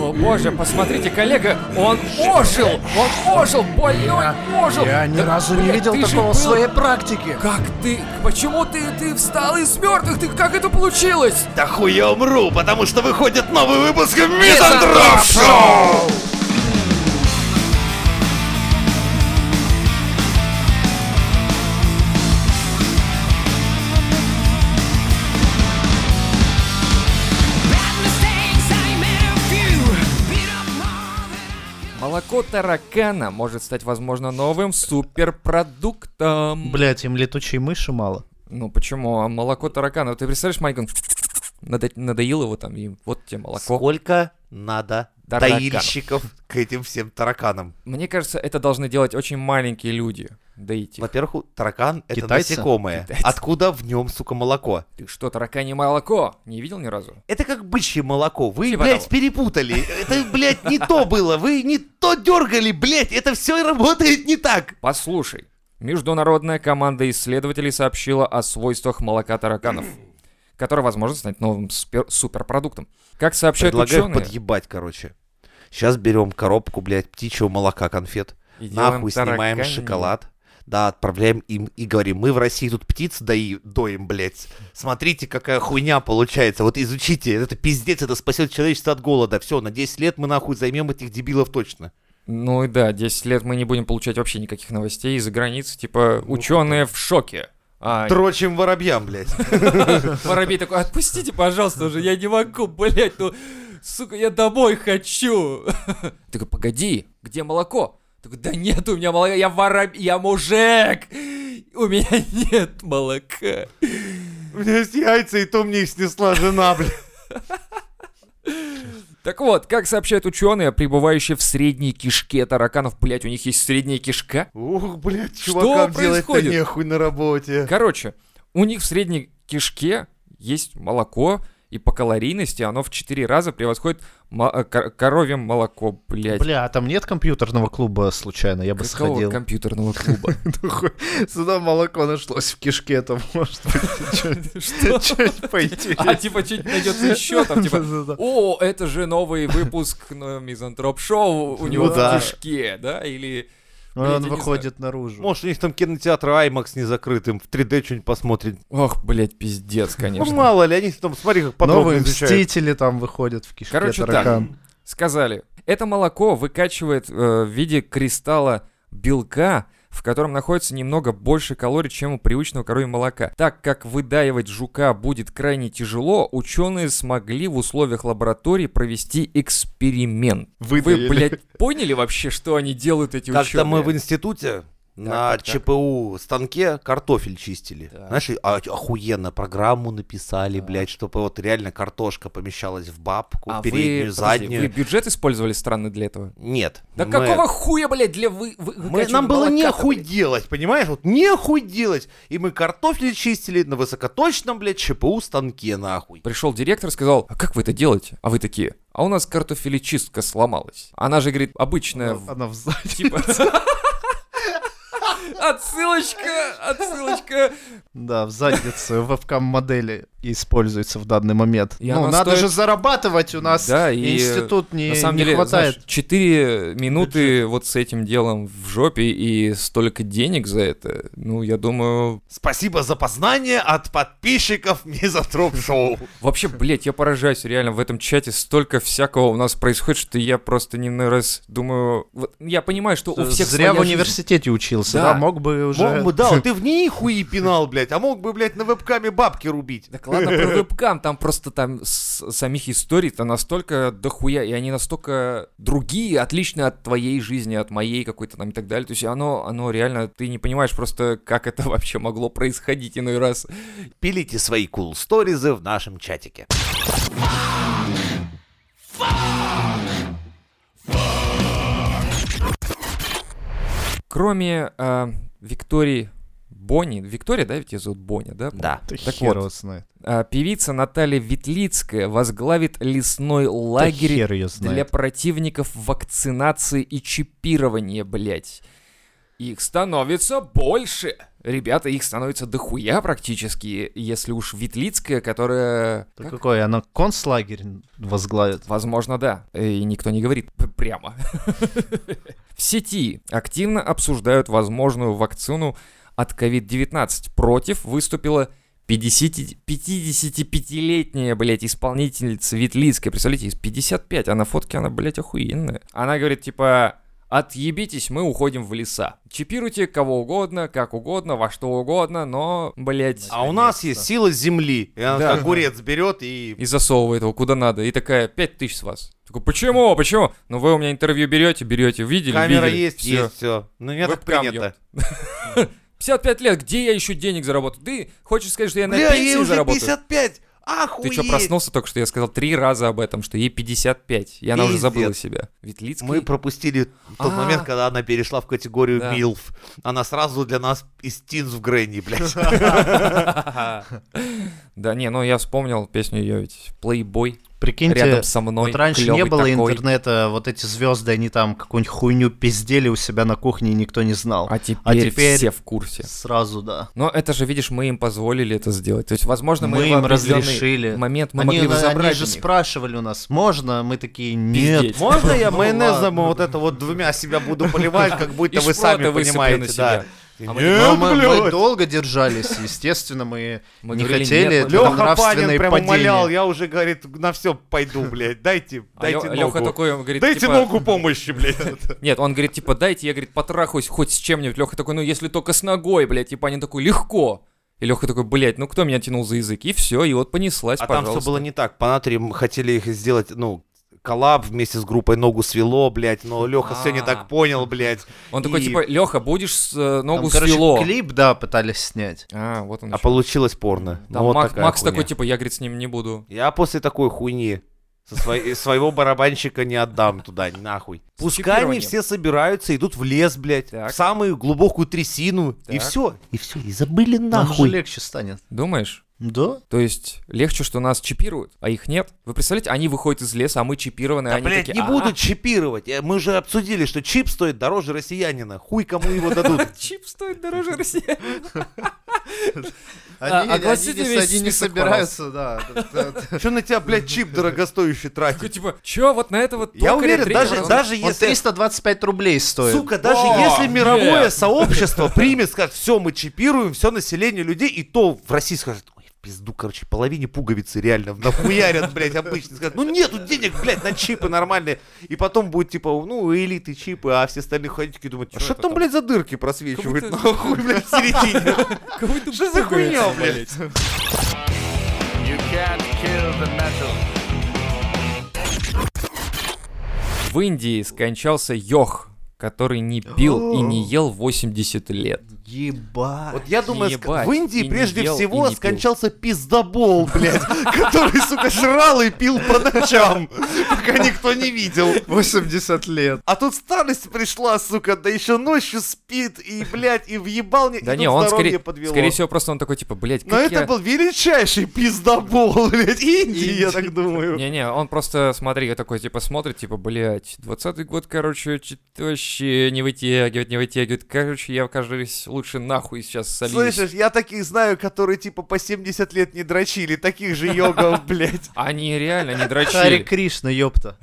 О боже, посмотрите, коллега, он ожил! Он ожил! Больной ожил! Я ни Да, разу не блядь, видел ты же такого в был- своей практике. Как ты? Почему ты, ты встал из мертвых? Ты как это получилось? Да хуй я умру, потому что выходит новый выпуск Мизантроп Мизантроп Шоу! Молоко таракана может стать, возможно, новым суперпродуктом. Блять, им летучей мыши мало. Ну почему? А молоко таракана? Ты представляешь, Майк, он надо- надоил его там, и вот тебе молоко. Сколько надо Тараканов. доильщиков к этим всем тараканам? Мне кажется, это должны делать очень маленькие люди. Доить их. Во-первых, у- таракан — это Китайцы? насекомое. Откуда в нем, сука, молоко? Ты что, тараканье молоко? Не видел ни разу? Это как бычье молоко. Вы, Типа блядь, того. перепутали. Это, блядь, не то было. Вы не то дергали, блядь. Это все работает не так. Послушай, международная команда исследователей сообщила о свойствах молока тараканов, который, возможно, станет новым спер- суперпродуктом. Как сообщают Предлагаю ученые, подъебать, короче. Сейчас берем коробку, блядь, птичьего молока конфет. И делаем Нахуй снимаем тараканье. шоколад. Да, отправляем им и говорим, мы в России тут птиц дои- доим, блядь. Смотрите, какая хуйня получается. Вот изучите, это пиздец, это спасет человечество от голода. Все, на 10 лет мы нахуй займем этих дебилов точно. ну и да, 10 лет мы не будем получать вообще никаких новостей из-за границы, типа Ну, ученые в шоке. А, Трочим воробьям, блядь. Воробей такой, отпустите, пожалуйста, уже, я не могу, блять, ну, сука, я домой хочу. Такой, погоди, где молоко? Такой, да нет у меня молока, я воробей, я мужик. У меня нет молока. У меня есть яйца, и то мне их снесла жена, блядь. Так вот, как сообщают ученые, пребывающие в средней кишке тараканов, блять, у них есть средняя кишка? Ух, блядь, Что чувакам делать-то происходит? нехуй на работе. Короче, у них в средней кишке есть молоко, и по калорийности оно в 4 раза превосходит мо- э, кор- коровье молоко, блять. Бля, а там нет компьютерного клуба случайно? Я бы Какого сходил. компьютерного клуба? Сюда молоко нашлось в кишке, там может Что? что-нибудь пойти. А типа чуть найдется еще там, типа, Да-да-да. о, это же новый выпуск ну, мизантроп-шоу у него в Ну да. кишке, да, или... Блядь, я Он не выходит наружу. Может, у них там кинотеатр IMAX не закрытым, в 3D что-нибудь посмотрит. Ох, блядь, пиздец, Ну, конечно. мало ли, они там, смотри, как подробно Новые изучают. мстители там выходят в кишке Короче, так. таракан. Сказали, это молоко выкачивает э, в виде кристалла белка, в котором находится немного больше калорий, чем у привычного коровьего молока. Так как выдаивать жука будет крайне тяжело, ученые смогли в условиях лаборатории провести эксперимент. Вы, Выдаили. блядь, поняли вообще, что они делают эти Как-то ученые? мы в институте на так, так. ЧПУ станке картофель чистили. Так. Знаешь, и о- охуенно программу написали, блядь, чтобы вот реально картошка помещалась в бабку, А вы- переднюю, подожди, заднюю. Вы бюджет использовали страны для этого? Нет. Да мы- какого хуя, блядь, для вы... вы- мы- выкачивания нам было молока-то, нехуй блядь? делать, понимаешь? Вот нехуй делать. И мы картофель чистили на высокоточном, блядь, ЧПУ станке, нахуй. Пришел директор, сказал, а как вы это делаете? А вы такие, а у нас картофелечистка сломалась. Она же, говорит, обычная... Ну, в- Она в заднице. Типа... Отсылочка, отсылочка. Да, в задницу вебкам-модели используется в данный момент. И ну, она надо стоит- же зарабатывать у нас. Да, и, институт не, На самом не деле, хватает. знаешь, 4 минуты вот с этим делом в жопе и столько денег за это. Ну, я думаю, Спасибо за познание от подписчиков Мизотроп Шоу. Вообще, блядь, я поражаюсь, реально, в этом чате столько всякого у нас происходит, что я просто не на раз думаю... вот я понимаю, что у всех Э, Зря в своя университете учился, Да. да, мог бы уже... Мог бы, да, вот ты в ней хуи пинал, блядь, а мог бы, блядь, на вебкаме бабки рубить. жизнь. Так ладно, про вебкам, там просто там с- самих историй-то настолько дохуя, и они настолько другие, отличные от твоей жизни, от моей какой-то там и так далее. То есть оно, оно реально, ты не понимаешь просто, как это вообще могло происходить иной раз. Пилите свои кул сторизы в нашем чатике. Кроме э, Виктории Бонни, Виктория, да, ведь ее зовут Боня, да? Да. Ты Так хер вот. его знает. А, Певица Наталья Ветлицкая возглавит лесной Да лагерь хер её знает. для противников вакцинации и чипирования, блядь. Их становится больше. Ребята, их становится дохуя практически, если уж Ветлицкая, которая... Да как? какой? Она концлагерь возглавит. Возможно, да. И никто не говорит п- прямо. В сети активно обсуждают возможную вакцину от COVID-19. Против выступила 50 55-летняя, блядь, исполнительница Ветлицкая. Представляете, из 55, а на фотке она, блядь, охуенная. Она говорит, типа, отъебитесь, мы уходим в леса. Чипируйте кого угодно, как угодно, во что угодно, но, блядь... А у нас есть сила земли. И она Да. огурец берет и... и засовывает его куда надо. И такая, пять тысяч с вас. Такой, почему, почему? Ну вы у меня интервью берете, берете, видели, Камера видели. есть, Всё. есть, все. Ну, не так Вебкам принято. 55 лет, где я еще денег заработаю? Ты хочешь сказать, что я на Бля, пенсии ей уже заработаю? 55! Ты Охуеть! что, проснулся только что? Я сказал три раза об этом, что ей 55. И она уже Пиздец. забыла себя. Ветлицкий. Мы пропустили тот А. момент, когда она перешла в категорию Да. Милф. Она сразу для нас из Тинс в Грэнни, блядь. Да не, ну я вспомнил песню ее ведь. Плейбой Прикиньте, рядом со мной. вот раньше не клёвый было такой. интернета, вот эти звезды, они там какую-нибудь хуйню пиздели у себя на кухне, и никто не знал. А теперь, теперь- все в курсе. Сразу, да. Но это же, видишь, мы им позволили это сделать. То есть, возможно, мы, Мы в им определенный разрешили. момент мы они, могли бы они забрать же у них. спрашивали у нас, можно? Мы такие, нет. Пиздеть. Можно я Ну майонезом ладно. вот это вот двумя себя буду поливать, как И будто вы шпроты сами высыпали на понимаете, себя. да. А мы- Но Нет, мы, мы блядь. долго держались, естественно, мы, Мы не говорили, хотели нет, мы- это Леха нравственное Панин прям падение. умолял, я уже, говорит, на все пойду, блядь, дайте, А дайте Лё- Лёха ногу. такой, он говорит, Дайте типа, ногу помощи, блядь. Нет, он говорит, типа, дайте, я, говорит, потрахаюсь хоть с чем-нибудь. Леха такой, ну, если только с ногой, блядь. И Панин такой, легко. И Леха такой, блядь, ну кто меня тянул за язык? И все, и вот понеслась, А там пожалуйста. все было не так. По Натриям хотели их сделать, ну, коллаб вместе с группой «Ногу свело», блядь, но Леха все не А. так понял, блядь. Он такой, И- типа, Леха, будешь с, э, Там, ногу короче, свело. клип, да, пытались снять. А, вот он А ещё. получилось порно. Там Ну, вот Мак- такая Макс хуйня. такой, типа, я, говорит, с ним не буду. Я после такой хуйни со своей- своего барабанщика не отдам туда, нахуй. С Пускай они чипированием. все собираются, идут в лес, блядь, Так. в самую глубокую трясину, и Так. все, и все, и забыли Нам же нахуй. легче станет. Думаешь? Да? То есть легче, что нас чипируют, а их нет. Вы представляете, они выходят из леса, а мы чипированные, Да, они блядь, такие, не «А, будут чипировать. Э, Мы же обсудили, что чип стоит дороже россиянина. Хуй кому его дадут. чип стоит дороже России. Они, А- они огласите не- весь они не список, собираются, да. да, да. Что на тебя, блядь, чип дорогостоящий Такой, тратит? типа, чё, вот на это вот Я токаря, уверен, тренера, даже, он- даже Он если... 325 рублей стоит. Сука, даже О, если мировое нет. сообщество примет, скажет, все, мы чипируем, все население людей, и то в России скажет, ой, в пизду, короче, половине пуговицы реально нахуярят, блядь, обычно. Скажут, ну нету денег, блядь, на чипы нормальные. И потом будет, типа, ну, у элиты чипы, а все остальные ходят такие думают, Чё что это там, там?» блядь, за дырки просвечивают, Как нахуй, блядь, в середине. Кого это Что за пугает? хуйня, блядь? В Индии скончался Йох, который не пил и не ел 80 лет. Ебать. Вот я думаю, ск- Ебать, в и Индии не прежде ел, и всего не пил. скончался пиздобол, блядь, который, сука, жрал и пил по ночам, пока никто не видел. 80 лет. А тут старость пришла, сука, да еще ночью спит, и, блядь, и въебал мне, Да и не, тут он здоровье скорее, подвело. скорее всего просто он такой типа, блядь, Но как это я... был величайший пиздобол, блядь, Индии, я так думаю. Не-не, он просто, смотри, я такой, типа, смотрит, типа, блядь, 20 год, короче, чё-то вообще не вытягивает, не вытягивает. Короче, я, кажется, лучше нахуй сейчас солюсь. Слышишь, я таких знаю, которые типа по 70 лет не дрочили, таких же йогов, блядь. Они реально не Хари дрочили. Кришна, ёпта.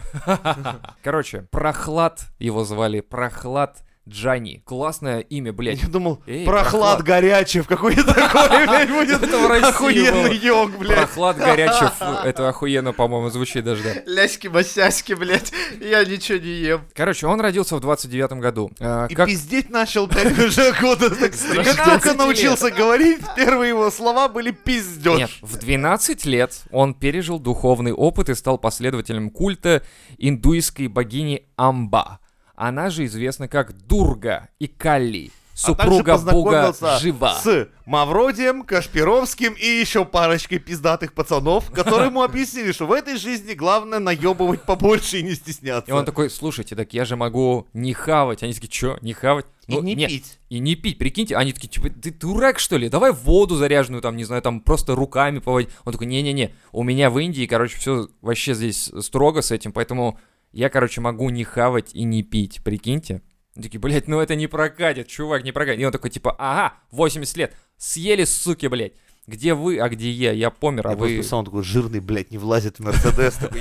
Короче, Прохлад его звали, Прохлад Джани. Классное имя, блядь. Я думал, Эй, прохлад прохлад. горячев какой-то такой, блядь, будет Это в России охуенный было. йог, блядь. Прохлад Горячев, это охуенно, по-моему, звучит даже, да. Ляськи-масяськи, блядь, я ничего не ем. Короче, он родился в 29-м году. А, И как- пиздеть начал, блядь, уже года. так. Как 13 только лет. научился говорить, первые его слова были Нет, пиздеж. в 12 лет он пережил духовный опыт и стал последователем культа индуистской богини Амба. Она же известна как Дурга и Калли, супруга бога Жива. А с Мавродием, Кашпировским и еще парочкой пиздатых пацанов, которые ему объяснили, что в этой жизни главное наебывать побольше и не стесняться. И он такой, слушайте, так я же могу не хавать. Они такие, что, не хавать? И Ну, не нет, пить. И не пить, прикиньте. Они такие, типа, ты дурак, что ли? Давай воду заряженную, там, не знаю, там, просто руками поводить. Он такой, не-не-не, у меня в Индии, короче, все вообще здесь строго с этим, поэтому я, короче, могу не хавать и не пить, прикиньте. Они Такие, блядь, ну это не прокатит, чувак, не прокатит. И он такой, типа, ага, 80 лет, съели, суки, блядь. Где вы, а где я? Я помер, а Я просто вы... представил, он такой жирный, блядь, не влазит в Мерседес. Такой,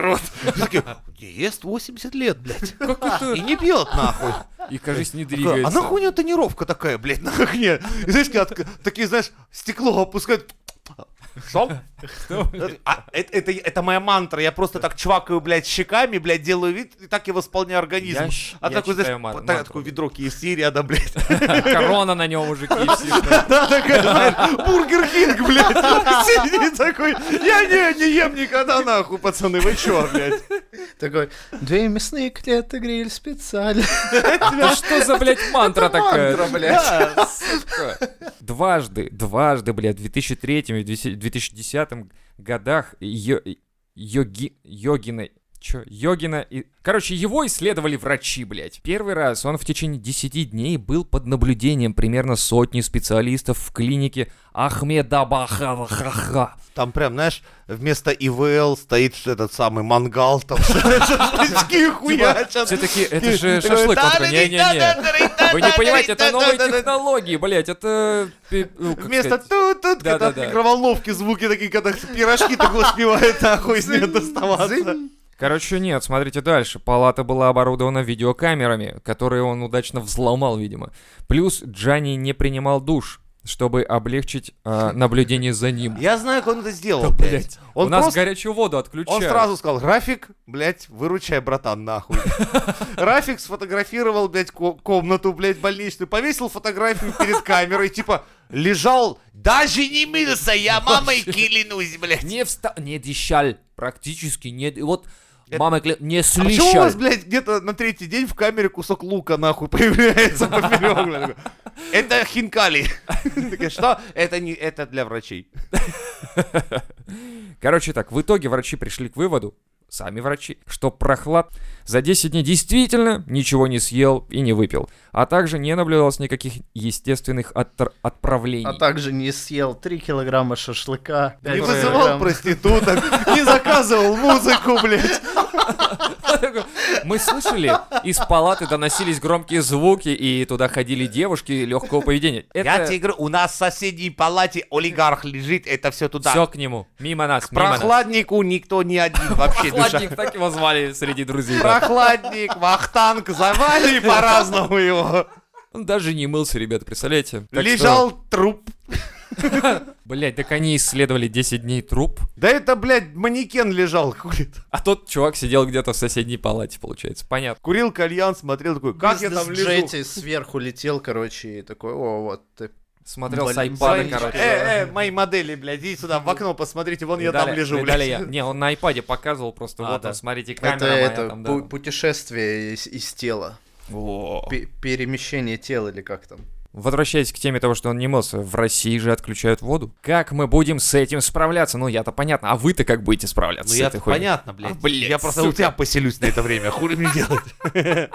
рот. Я такой, «Не ест 80 лет, блядь. Как это? И не пьет, нахуй. И, кажется, не Такой, А двигается. нахуй у него тонировка такая, блядь, на окне? И знаешь, когда отк- такие, знаешь, стекло опускают. Что? А, это, это- это моя мантра. Я просто так чвакаю, блядь, щеками, блядь, делаю вид, и так я восполняю организм. Я щ- а я такой, знаешь, читаю ман- так- мантру. такое ведро KFC рядом, блядь. Корона на нем уже, KFC. Да, такая, знаешь, Бургер Кинг, блядь, сидит такой, я не, не ем никогда, нахуй, пацаны, вы чё, блядь? Такой, две мясные клеты, гриль специально. Да что за, блядь, мантра такая? Мантра, блядь. Сука. Дважды, дважды, блядь, в 2003 и в 2010 годах Йо- Йоги- Йогина... Чё? Йогина... и- Короче, его исследовали врачи, блядь. Первый раз он в течение 10 дней был под наблюдением примерно сотни специалистов в клинике Ахмедабаха. Там прям, знаешь, вместо ИВЛ стоит ш- этот самый мангал, там шашлычки хуячат. Все такие, Типа, это же И такой, шашлык. Он такой, «Да-да-да, Не-не-не. да-да-да-да-да-да-да-да-да-да-да-да». Вы не понимаете, это новые технологии, блядь, это... пи- ну, как Вместо сказать, тут тут когда в Да-да-да. микроволновке звуки такие, когда пирожки так успевает нахуй с нее доставаться. Короче, нет, смотрите дальше. Палата была оборудована видеокамерами, которые он удачно взломал, видимо. Плюс Джани не принимал душ, чтобы облегчить э, наблюдение за ним. Я знаю, как он это Да, сделал, блядь. блядь, Он у нас просто- горячую воду Он отключают. сразу сказал, Рафик, блядь, выручай, братан, нахуй. Рафик сфотографировал, блядь, ко- комнату, блядь, больничную, повесил фотографию перед камерой, типа, лежал, даже не мылся, я мамой клянусь, блядь. Не встал, не дещал, практически не... д- Вот, Это- мама, кля- не А почему у слищал. вас, блядь, где-то на третий день в камере кусок лука, нахуй, появляется поперек, блядь? Это хинкали. Такая, Что? Это не, это для врачей. Короче так, в итоге врачи пришли к выводу, сами врачи, что прохлад за 10 дней действительно ничего не съел и не выпил, а также не наблюдалось никаких естественных оттр- отправлений. А также не съел 3 килограмма шашлыка. Не пять вызывал килограмм- проституток, не заказывал музыку, блядь. Мы слышали, из палаты доносились громкие звуки, и туда ходили девушки легкого поведения. Я Это тебе говорю, у нас в соседней палате олигарх лежит, это все туда. все к нему, мимо нас, К мимо нас. прохладнику никто не один вообще душа. Прохладник, так его звали среди друзей. да. Прохладник, вахтанг, завали по-разному его. Он даже не мылся, ребята, представляете? Так Лежал труп. что, Блядь, так они исследовали 10 дней труп, Да это, блядь, манекен лежал, курит. а тот чувак сидел где-то в соседней палате, получается. Понятно. Курил кальян, смотрел такой, как я там лежу. Бизнес-джете сверху летел, короче, и такой, о, вот ты. Смотрел Блин, с айпада, Пада, Смотрите, короче. Э, э, мои модели, блядь, иди сюда в окно, посмотрите, вон я там Видали- лежу, видали блядь. я. Не, он на айпаде показывал просто, А, вот да. он, смотрите, камера Это, моя это там, да. пу- путешествие из, из тела. Во. Пе- перемещение тела или как там. Возвращаясь к теме того, что он не мылся, в России же отключают воду. Как мы будем с этим справляться? Ну, я-то понятно, а вы-то как будете справляться Ну с я этой хуйней? понятно, блядь. А, блядь, я просто у сука. тебя поселюсь на это время, хули мне делать?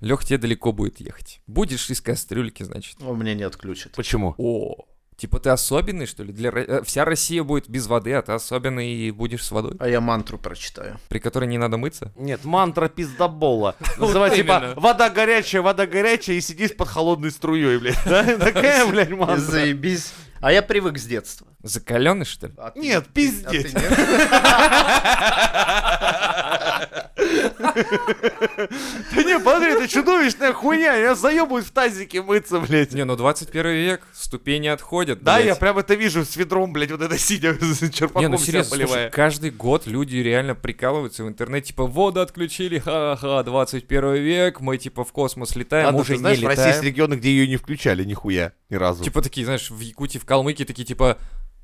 Лех, тебе далеко будет ехать. Будешь из кастрюльки, значит. О, мне не отключат. Почему? О, типа ты особенный, что ли? Для... Ро- э, Вся Россия будет без воды, а ты особенный и будешь с водой, А я мантру прочитаю. при которой не надо мыться? Нет, мантра пиздобола. Называется именно. типа вода горячая, вода горячая, и сидишь под холодной струей, блядь. Да? Такая, блядь, И мантра. заебись. А я привык с детства. Закаленный, что ли? А ты- Нет, а ты пиздец. нет? Да не, смотри, это чудовищная хуйня. Я заебываюсь в тазике мыться, блядь. Не, ну 21 век, ступени отходят. Да, блядь. я прям это вижу с ведром, блядь, вот это сидя с Не, ну черпаком себя серьезно, слушай, поливая. каждый год люди реально прикалываются в интернете, типа, воду отключили, ха-ха, 21 век, мы, типа, в космос летаем, А, ну, Ладно, уже ты знаешь, не в России есть летаем. регионы, где ее не включали нихуя ни разу. Типа такие, знаешь, в Якутии, в Калмыкии такие, типа,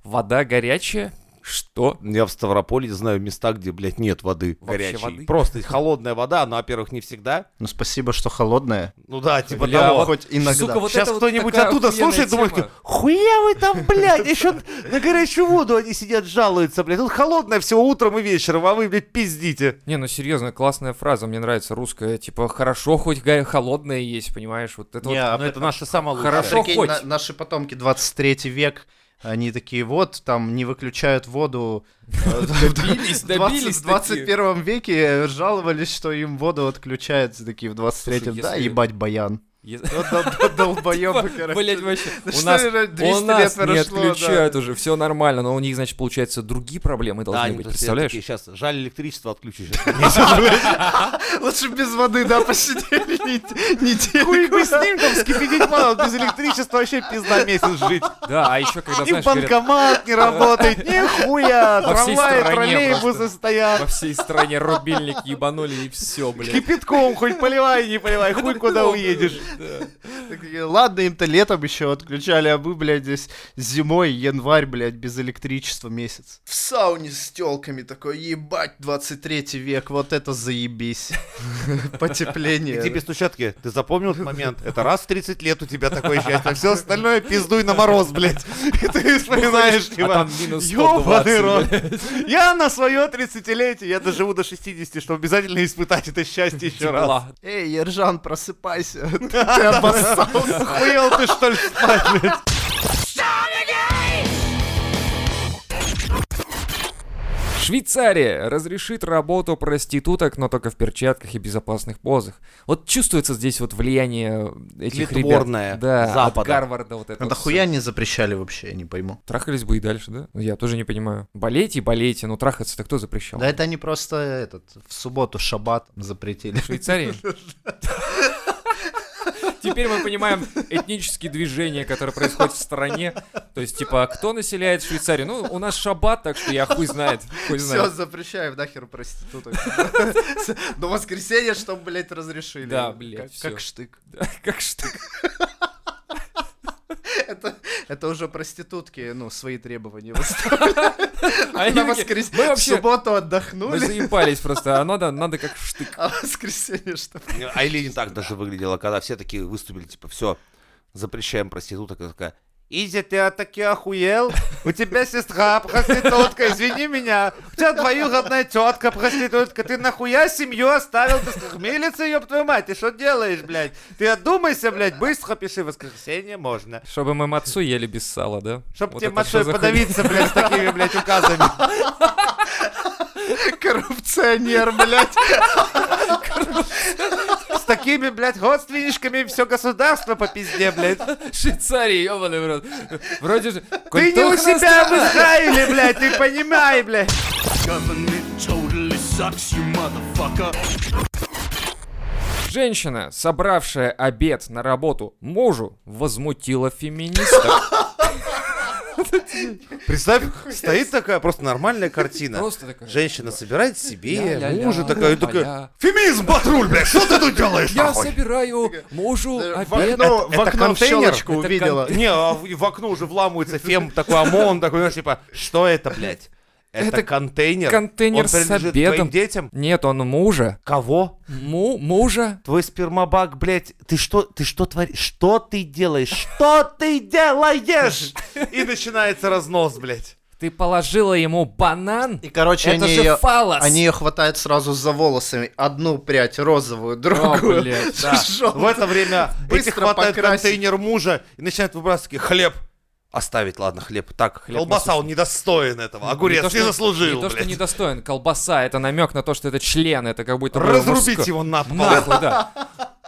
вода горячая? Что? Я в Ставрополе знаю места, где, блядь, нет воды Вообще горячей. воды? Просто холодная вода, она, во-первых, не всегда. Ну спасибо, что холодная. Ну да, типа Бля, того. вот Хоть иногда. Сука, вот Сейчас это вот кто-нибудь такая оттуда охуенная слушает, думает, тема. хуя вы там, блядь, еще на горячую воду они сидят, жалуются, блядь. Тут холодное всего утром и вечером, а вы, блядь, пиздите. Не, ну серьезно, классная фраза, мне нравится русская, типа, хорошо, хоть гая холодная есть, понимаешь, вот ну, это вот. Не, а это наша самая хорошо Прикинь, хоть. на- наши потомки 23 век, Они такие, вот, там не выключают воду. Добились, В добились 20 в такие. 21 веке жаловались, что им воду отключают. Такие в 23-м, Слушай, да, если- ебать, баян. Е- Долбоёбы, Блять, короче. вообще. Ну У что нас, же, у 200 нас лет не прошло, да. отключают уже, все нормально, но у них, значит, получается, другие проблемы должны быть, представляешь? сейчас жаль электричество отключишь. Лучше без воды, да, посидели не- неделю. Хуй бы с ним там скипятить мало, без электричества вообще пизда месяц жить. Да, а еще когда, Ни знаешь, говорят, банкомат не работает, нихуя, Во всей трамваи, стране троллейбусы просто. стоят. во всей стране рубильник ебанули и все, блядь. Кипятком хоть поливай, не поливай, хуй куда уедешь. Да. Такие, Ладно, им-то летом еще отключали, а мы, блядь, здесь зимой, январь, блядь, без электричества месяц. В сауне с телками такой, ебать, 23 век, вот это заебись. И Потепление. тебе стучатки, ты запомнил этот момент? Это раз в 30 лет у тебя такое счастье, а все остальное пиздуй на мороз, блядь. И ты вспоминаешь, А типа, там минус ёбаный 120, рот. блядь. Я на свое 30-летие, я доживу до 60, чтобы обязательно испытать это счастье еще раз. Тепла. Эй, Ержан, просыпайся. Ты обоссался. Хуел ты что ли спать, блядь? Швейцария разрешит работу проституток, но только в перчатках и безопасных позах. Вот чувствуется здесь вот влияние этих Литворное ребят. Да, от Запада. Гарварда вот это. Да всё. хуя не А запрещали вообще, я не пойму. Трахались бы и дальше, да? Ну, Я тоже не понимаю. Болейте и болейте, но трахаться-то кто запрещал? Да это они просто этот, в субботу шаббат запретили. В Швейцарии? Теперь мы понимаем этнические движения, которые происходят в стране. То есть, типа, а кто населяет Швейцарию? Ну, у нас шаббат, так что я хуй знает. Хуй Все, знает. запрещаем нахер проституток. До воскресенья, чтобы, блядь, разрешили. Да, блядь, всё. Как- Как штык. Как что? Это, это уже проститутки, ну, свои требования. выставляют. А Они На такие, воскрес... Мы В вообще субботу мы отдохнули, заебались просто, а надо, надо как штык. а в воскресенье что? Айлин так даже выглядела, когда все такие выступили, типа, все, запрещаем проституток. Она такая, Изя, ты а, таки охуел? У тебя сестра проститутка, извини меня. У тебя двоюродная тетка проститутка. Ты нахуя семью оставил? Ты скормилица, ёб твою мать. Ты что делаешь, блядь? Ты отдумайся, блядь. Быстро пиши, воскресенье можно. Чтобы мы мацу ели без сала, да? Чтоб Вот тебе это всё мочой заходит. подавиться, блядь, с такими, блядь, указами. Коррупционер, блядь. С такими, блядь, родственничками все государство по пизде, блядь. Швейцария, ёбаный в рот. Вроде же... Ты не у культурно себя в Израиле, блядь, ты понимай, блядь. Government totally sucks, you motherfucker. Женщина, собравшая обед на работу мужу, возмутила феминисток. Представь, стоит такая просто нормальная картина. Просто такая... Женщина собирает себе, Ну, Ля-ля-ля, мужа такая, и ля-ля. такая, феминизм, батруль, блядь, что ты тут делаешь, Я нахуй? собираю мужу э, В обед. окно, это в окно в контейнер? щелочку Это увидела. Не, а в в окно уже вламывается фем, такой ОМОН, такой, знаешь, типа, что это, блядь? Это Это контейнер. контейнер Он с принадлежит обедом. твоим детям. Нет, он мужа. Кого? Му мужа. Твой спермобак, блядь, ты что, ты что творишь? Что ты делаешь? Что ты делаешь? И начинается разнос, блядь. Ты положила ему банан? И, короче, Это они же ее, фалос. они ее хватают сразу за волосами. Одну прядь розовую, другую. блядь, Да. жёлтую. В это время Быстро этих хватает покрасить. контейнер мужа и начинают выбрасывать такие, хлеб. Оставить, ладно, хлеб. Так, Хлеб колбаса, насущный. он недостоин этого. Не Огурец то, не, что- заслужил, Не то, что блядь. недостоин. Колбаса — это намек на то, что это член. Это как будто... бы Разрубить мужско- его на пол. Нахуй, да.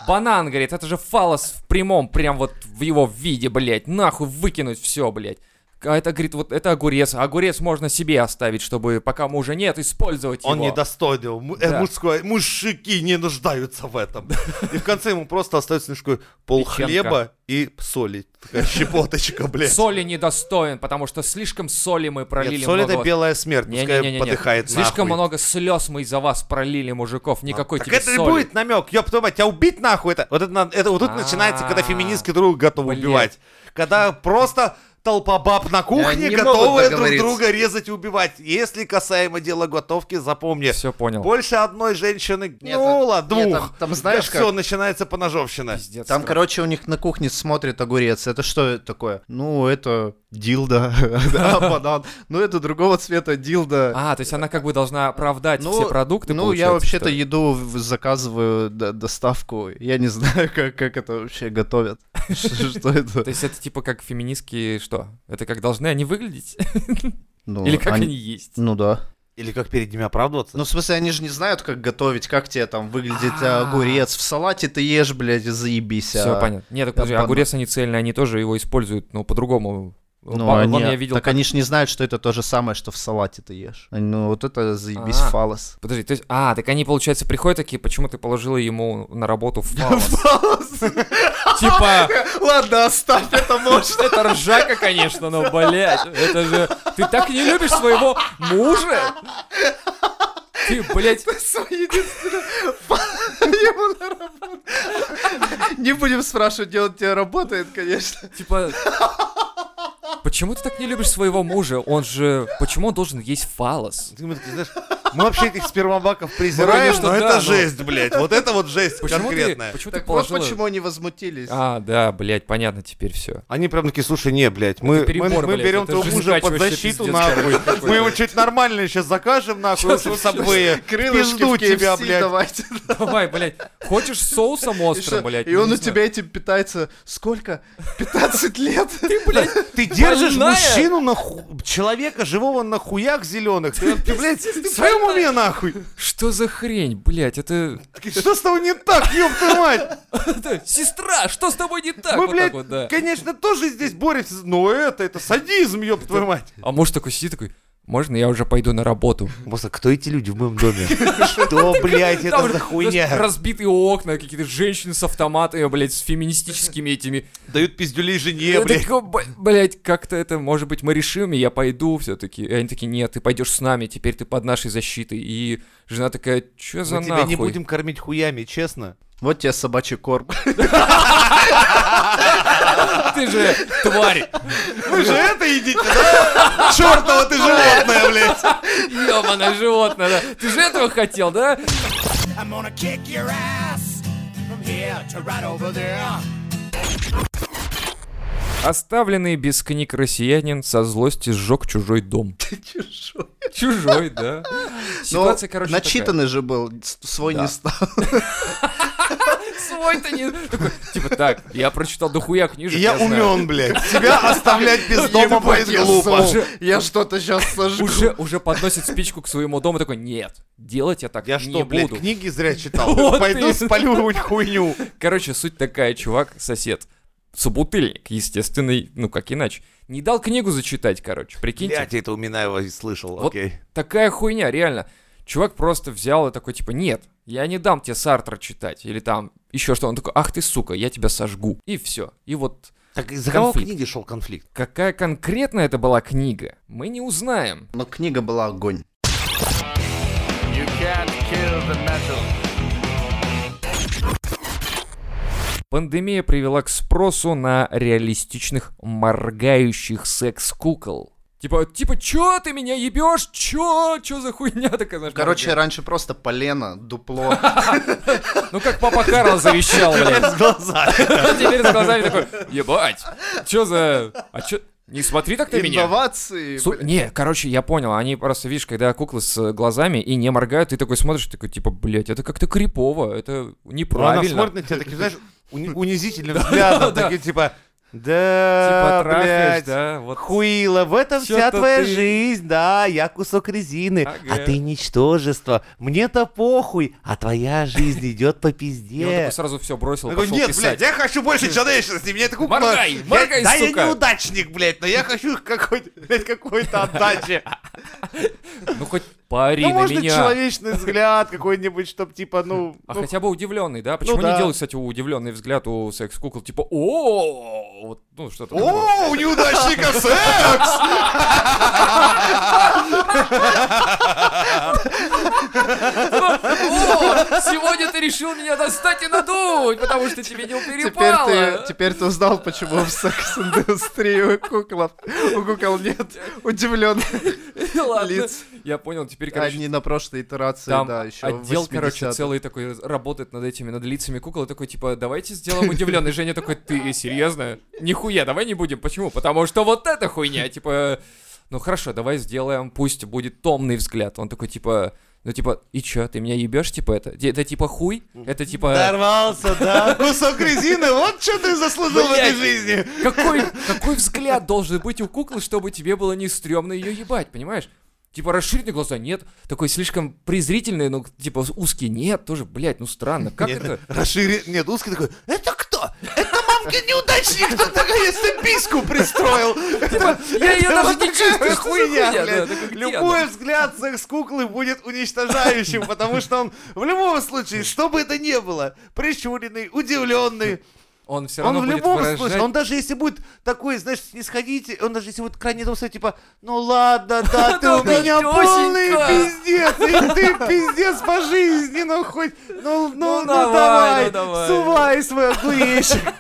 Банан, говорит, это же фалос в прямом, прям вот в его виде, блядь. Нахуй выкинуть все, блядь. А это, говорит, вот это огурец. Огурец можно себе оставить, чтобы пока мужа нет, использовать Он его. недостоин его. Му- э, Да. мужской- мужики не нуждаются в этом. И в конце ему просто остается немножко пол Печенка. хлеба и соли. Такая щепоточка, блядь. Соли недостоин, потому что слишком соли мы пролили Нет, соль много это вот- белая смерть, пускай Не-не-не-не-не. подыхает Слишком нахуй. много слез мы из-за вас пролили, мужиков. Никакой так тебе это и соли. будет намек, ёб твою мать, тебя убить нахуй это. Вот это, надо- это вот тут начинается, когда А, феминистки друг друга готовы блядь. убивать. Когда просто толпа баб на кухне они не готовы могут друг договориться. друга резать и убивать. Если касаемо дела готовки, запомни. Все понял. Больше одной женщины, Нет, а- ну ладно, нет, двух. там- там знаешь Все, как? начинается поножовщина. Пиздец, Там, страшно. короче, у них на кухне смотрит огурец. Это что такое? Ну, это дилда. Да, банан. Ну, это другого цвета дилда. А, то есть она как бы должна оправдать все продукты, Ну, я получается, вообще-то что ли? еду в- заказываю д- доставку. Я не знаю, как, как это вообще готовят. Что это? То есть это типа как феминистки что? Это как должны они выглядеть? Ну, Или как они есть? Ну да. Или как перед ними оправдываться? Ну, в смысле, они же не знают, как готовить, как тебе там выглядит э, огурец. В салате ты ешь, блядь, и заебись. Все а- А. понятно. Нет, так подожди, там огурец они цельные, они тоже его используют, но по-другому. Ну, Вон- они, вон я видел, так как- они ж не знают, что это то же самое, что в салате ты ешь. Они, Ну, вот это заебись А. фалос. Подожди, то есть, а, так они, получается, приходят такие, почему ты положила ему на работу фалос? Типа, Ладно, оставь это, можно. это ржака, конечно, но, блядь, это же... Ты так не любишь своего мужа? Ты, блядь, Не будем спрашивать, делать тебе работает, конечно. типа... Почему ты так не любишь своего мужа? Он же... Почему он должен есть фалос? Ты, ты знаешь, мы вообще этих спермобаков презираем, Вроде, но что Ну, да, это но- жесть, блядь. Вот это вот жесть Почему конкретная. ты, почему ты Так вот положила... почему они возмутились. А, да, блядь, понятно теперь все. Они прям такие, слушай, не, блядь, мы, перебор, мы- мы блядь, берем это твоего же мужа под закачивающий защиту, пиздец, нахуй. короче, какой-то. Мы ему что-нибудь нормальное сейчас закажем, нахуй, уж в сабвее. В Крылышки Пизду в тебя, KFC блядь. давайте. Давай, блядь, хочешь с соусом И что? острым, блядь? И он Не у знаю. тебя этим питается сколько? 15 лет? Ты, блядь, Ты держишь Больная? мужчину на ху- человека живого на хуях зеленых. Ты, ты, блядь, в своем уме нахуй. что за хрень, блядь, это... Что с тобой не так, ёб твою мать? Это, Сестра, что с тобой не так? Мы, Вот так блядь, вот, да. конечно, тоже здесь боремся. Но это, это садизм, ёб твою мать. А муж такой сидит такой, можно я уже пойду на работу? Просто кто эти люди в моем доме? Что, блядь, Там это же, за знаешь, хуйня? Разбитые окна, какие-то женщины с автоматами, блядь, с феминистическими этими. Дают пиздюлей жене, Я Э, блядь. такой, «Б- блядь, как-то это, может быть, мы решим, и я пойду все-таки. И они такие, нет, ты пойдешь с нами, теперь ты под нашей защитой. И жена такая, что за Мы тебя не нахуй?» будем кормить хуями, честно. Вот тебе собачий корм. «А Ты же тварь! Вы же это едите, да? Чёртова ты животное, блядь. Ёбаное животное, да. Ты же этого хотел, да? I'm gonna kick your ass from here to right over there. Оставленный без книг россиянин со злости сжег чужой дом. Чужой, да. Ситуация, короче, такая. Начитанный же был, с- свой Да. не стал. Свой-то не... Такой, типа, так, я прочитал дохуя книжек. Я знаю. умен, блядь. Тебя оставлять без дома Ебать, будет я глупо. сожгу. Я что-то сейчас сожгу. Уже, уже подносит спичку к своему дому, такой, нет, делать я так Я не что, блядь, буду. книги зря читал? Вот Пойду и- спалю какую-нибудь хуйню. Короче, суть такая, чувак, сосед, собутыльник, естественный, ну как иначе, не дал книгу зачитать, короче, прикиньте. Блядь, я это у Минаева и слышал, Вот окей. такая хуйня, реально. Чувак просто взял и такой, типа, нет, я не дам тебе Сартра читать. Или там еще что. Он такой, ах ты, сука, я тебя сожгу. И все. И вот Так из-за кого кого в Конфликт. книги шел конфликт? какая конкретно это была книга, мы не узнаем. Но книга была огонь. You can't kill the metal. Пандемия привела к спросу на реалистичных моргающих секс-кукол. Типа, типа, чё ты меня ебешь? Чё? Чё за хуйня такая? знаешь, Короче, моргает? раньше просто полено, дупло. ну как папа Карл завещал, блядь. С глаза. А Теперь с глазами такой, ебать, чё за... А чё... Не смотри так на меня. Инновации. Су- блин. Не, короче, я понял, они просто, видишь, когда куклы с э, глазами и не моргают, ты такой смотришь, такой, типа, блядь, это как-то крипово, это Она неправильно. смотрит Ну, а на тебя таким, знаешь, уни- унизительным взглядом, да. такие типа... типа, Да, трахаешь, блядь, да, вот. Хуила, в этом Чё-то вся твоя ты- жизнь, да, я кусок резины, Ага. а ты ничтожество, мне-то похуй, а твоя жизнь идет по И он такой пизде. сразу все бросил, Я пошел говорю, нет, писать. блядь, я хочу больше человечности, мне это кукла... Моргай, Я- моргай, Да, я сука. неудачник, блядь, но я хочу какой-то, блядь, какой-то отдачи. Ну хоть пари Ну, на может, меня. человечный взгляд какой-нибудь, чтоб типа, ну... А ну, хотя бы удивленный, да? Почему не да. делают, кстати, удивленный взгляд у секс-кукол? Типа, о вот, ну что-то такое. О, у неудачника секс! «О, сегодня ты решил меня достать и надуть, потому что тебе не Теперь перепало. ты, теперь ты узнал, почему в секс-индустрии у кукол, у кукол нет удивленных Ладно. лиц. Я понял, теперь, короче, Они на прошлой итерации, Там да, еще отдел, короче, целый такой работает над этими, над лицами кукол, и такой, типа, давайте сделаем удивленный. Женя такой, ты серьезно? Нихуя, давай не будем. Почему? Потому что вот эта хуйня, типа, ну хорошо, давай сделаем, пусть будет томный взгляд. Он такой, типа, Ну, типа, и чё, ты меня ебешь, типа, это? Ди- Это типа хуй? Это типа... Дорвался, да? Кусок резины, вот что ты заслужил в этой Блядь. жизни. Какой, какой взгляд должен быть у куклы, чтобы тебе было не стрёмно ее ебать, понимаешь? Типа расширенные глаза нет, такой слишком презрительный, ну, типа узкий нет, тоже, блядь, ну странно. Как Нет, это? Расшири... Нет, узкий такой, это кто? Это мамка-неудачник, кто такая, если писку пристроил. Типа, я ее даже не чувствую, что Такая за хуйня, хуйня, да, блядь. такой, где Любой она? взгляд секс куклы будет уничтожающим, потому что он в любом случае, что бы это ни было, прищуренный, удивленный, Он все он равно в будет любом выражать- смысле, он даже если будет такой, знаешь, снисходитель, он даже если будет крайне добрый, типа, ну ладно, да, ты у Да, меня Тёсенька!» полный пиздец, и ты пиздец по жизни, ну хоть, ну, ну, ну, Ну, давай, давай, ну, давай. сувай свой охуещик.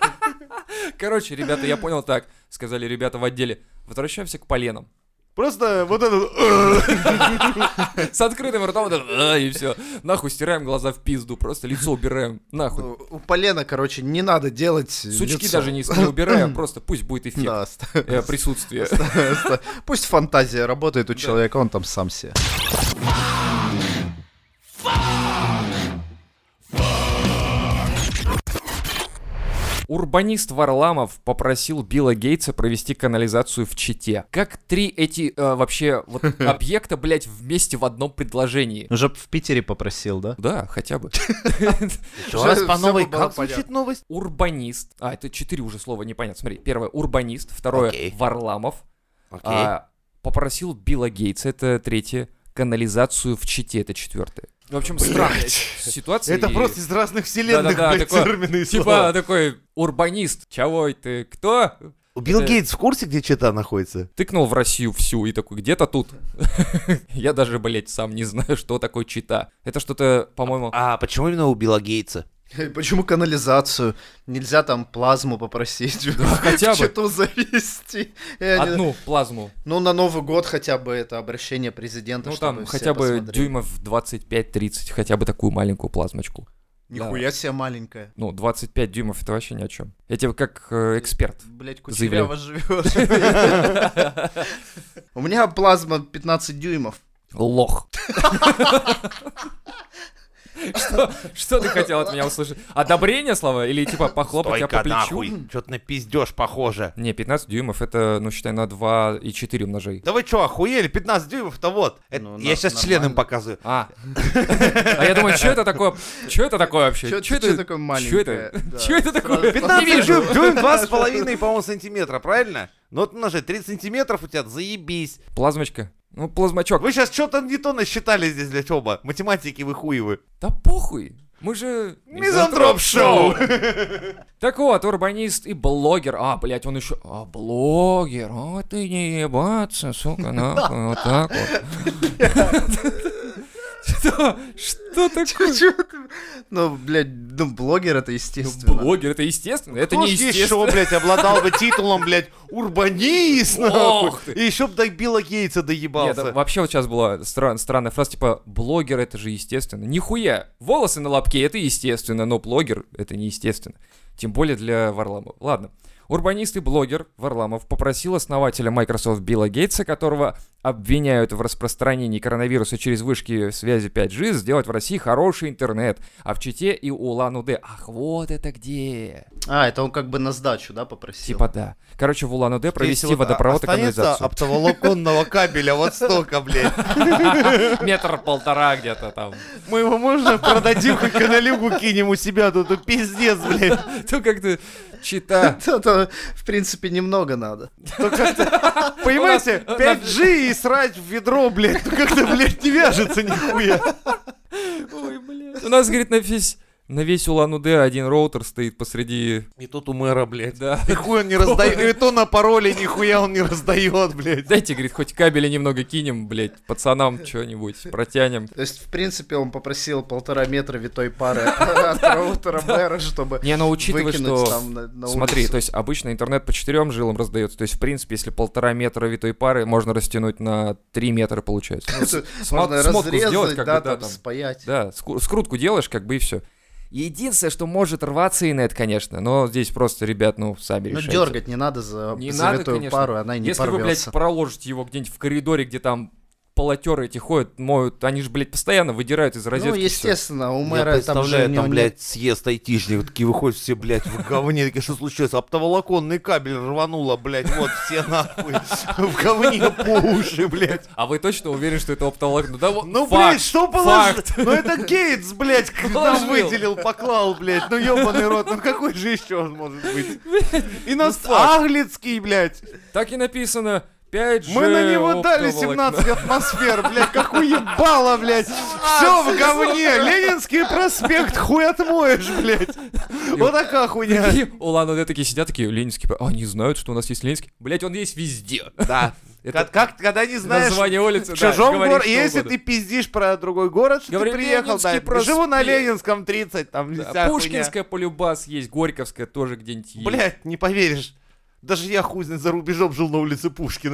Короче, ребята, я понял так, сказали ребята в отделе. Возвращаемся к поленам. Просто вот этот... «Э». С открытым ртом, вот это, «А», и все. Нахуй стираем глаза в пизду, просто лицо убираем, нахуй. Ну, У полена, короче, не надо делать Сучки лицо. даже не, не убираем, просто пусть будет эффект Да, ст- э, присутствия. ст- пусть фантазия работает у человека, он там сам себе. Урбанист Варламов попросил Билла Гейтса провести канализацию в Чите. Как три эти э, вообще вот объекта, блядь, вместе в одном предложении? Уже в Питере попросил, да? Да, хотя бы. Еще раз Всё по новой, было как звучит понятно. новость? Урбанист. А, это четыре уже слова, непонятно. Смотри, первое урбанист, второе Окей. Варламов. Окей. а, попросил Билла Гейтса, это третье, канализацию в Чите, это четвертое. В общем, странная ситуация. Это и- просто из разных вселенных, Да-да-да, блядь, такое, термины и Типа слова. такой урбанист, чего ты, кто? У Билл это- Гейтс в курсе, где чита находится? Тыкнул в Россию всю и такой, где-то тут. Я даже, блядь, сам не знаю, что такое Чита. Это что-то, по-моему... А почему именно у Билла Гейтса? Почему канализацию? Нельзя там плазму попросить, хотя бы. что завести. И они- Одну плазму. Ну, на Новый год хотя бы это обращение президента, Ну чтобы там все хотя бы посмотрели. дюймов 25-30, хотя бы такую маленькую плазмочку. Нихуя себе маленькая. Ну, 25 дюймов это вообще ни о чем. Я тебе как э, эксперт. Блять, Заявляю. кучеряво живешь. У меня плазма 15 дюймов. Лох. Что, что ты хотел от меня услышать? Одобрение слова или типа похлопать тебя по Стойка плечу? нахуй, что-то на пиздеж похоже. Не, 15 дюймов это, ну считай, на 2,4 умножай. Да вы чё, охуели? 15 дюймов-то вот. Это- Ну, я на- сейчас нормально. член им показываю. А. А я думаю, что это такое? Что это такое вообще? Чё это- Чё чё такое маленькое? Чё это? Да. Чё это такое? Не 15 вижу. дюйм, дюйм 2,5, по-моему, сантиметра, правильно? Ну вот умножай, 30 сантиметров у тебя, заебись. Плазмочка. Ну, плазмачок. Вы сейчас что-то не то насчитали здесь, для оба. Математики вы хуевы. Да похуй. Мы же... Мизантроп-шоу! Так вот, урбанист и блогер. А, блядь, он еще... А, блогер. А, ты не ебаться, сука, нахуй. Вот так вот. Что? Что такое? Чё ты? Ну, блядь, ну блогер это естественно. Блогер, это естественно? Это Кто не ж еще, естественно. блядь, обладал бы титулом, блядь, урбанист, нахуй. Ох ты. И еще бы до Билла Гейтса Нет, да, доебался. вообще вот сейчас была стран- странная фраза, типа, блогер это же естественно. Нихуя! Волосы на лобке это естественно, но блогер это неестественно. Тем более для Варламова. Ладно. Урбанист и блогер Варламов попросил основателя Microsoft Билла Гейтса, которого обвиняют в распространении коронавируса через вышки связи 5G, сделать в России хороший интернет, а в Чите и Улан-Удэ. Ах, вот это где! А, это он как бы на сдачу, да, попросил? Типа да. Короче, в Улан-Удэ провести Если вот водопровод и останется а канализацию. оптоволоконного кабеля вот столько, блядь. Метр полтора где-то там. Мы его можно продадим, как каналюгу кинем у себя тут, ну, пиздец, блядь. То как-то чита. Это, в принципе, немного надо. Понимаете, У нас- 5G и срать в ведро, блядь, ну как-то, блядь, не вяжется нихуя. Ой, блядь. У нас, говорит, на весь, на весь Улан-Удэ один роутер стоит посреди... И тут у мэра, блядь. Да. Нихуя он не раздает, и то на пароле нихуя он не раздает, блядь. Дайте, говорит, хоть кабели немного кинем, блядь, пацанам что-нибудь протянем. То есть, в принципе, он попросил полтора метра витой пары от роутера мэра, чтобы Не, ну учитывая, выкинуть что... там на- на Смотри, улицу. то есть обычно интернет по четырем жилам раздается. То есть, в принципе, если полтора метра витой пары, можно растянуть на три метра, получается. Ну, с- смо- Можно смотку сделать, разрезать, как да, бы, да, там там. спаять. Да, ску- скрутку делаешь, как бы и все. Единственное, что может рваться инет, конечно, но здесь просто, ребят, ну, сами Ну, решайте. дергать не надо за Не за надо, витую конечно. пару, она и не Если вы, блядь, порвется. проложите его где-нибудь в коридоре, где там полотеры эти ходят, моют, они же, блядь, постоянно выдирают из розетки. Ну, всё. естественно, у Я мэра там же... представляю, не- там, не- блядь, съезд айтишников, такие выходят все, блядь, в говне, такие, что случилось? Оптоволоконный кабель рвануло, блядь, вот все нахуй, в говне по уши, блядь. А вы точно уверены, что это оптоволокно? Да, вот Ну, факт, блядь, что положил? факт. Ну, это Гейтс, блядь, к нам Положил. выделил, поклал, блядь. Ну, ебаный рот, ну какой же еще он может быть? И нас ну, факт. Аглицкий, блядь. Так и написано. 5G Мы на него дали оптоволокно. 17 атмосфер, блядь, как уебало, блядь. Все в говне. Ленинский проспект, хуй отмоешь, блядь. Вот такая хуйня. И Улан-Удэ такие сидят, такие, Ленинский, а они знают, что у нас есть Ленинский. Блять, он есть везде. Да. Это Как- Как, когда не знаешь, название улицы, в да, чужом говори, городе, что если угодно. ты пиздишь про другой город, что Говори, ты приехал, да, Ленинский я живу на проспект. Ленинском 30, там Да, вся хуйня. Пушкинская полюбас есть, Горьковская тоже где-нибудь есть. Блядь, не поверишь. Даже я хуй знает, за рубежом жил на улице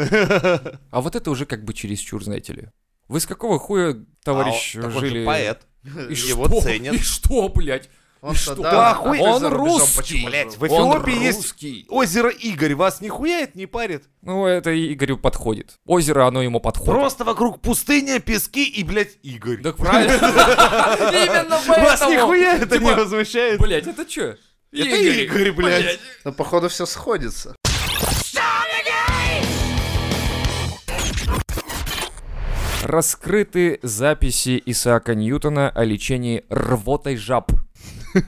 Пушкина. А вот это уже как бы чересчур, знаете ли. Вы с какого хуя, товарищ, А он- так он же жили? поэт. И Его что? ценят. И что, блядь? Он И что, что? да, Да, он хуй такой он за рубежом русский, почему блядь, жил? В Эфиопии он есть- русский. Озеро Игорь вас не хуяет, не парит. Ну, это и Игорю подходит. Озеро, оно ему подходит. Просто вокруг пустыня, пески и, блядь, Игорь. Так правильно. Именно поэтому. Вас нихуя это не Типа, возмущает? Блядь, это чё? Это Игорь, блядь. Ну, походу, все сходится. Раскрыты записи Исаака Ньютона о лечении рвотой жаб.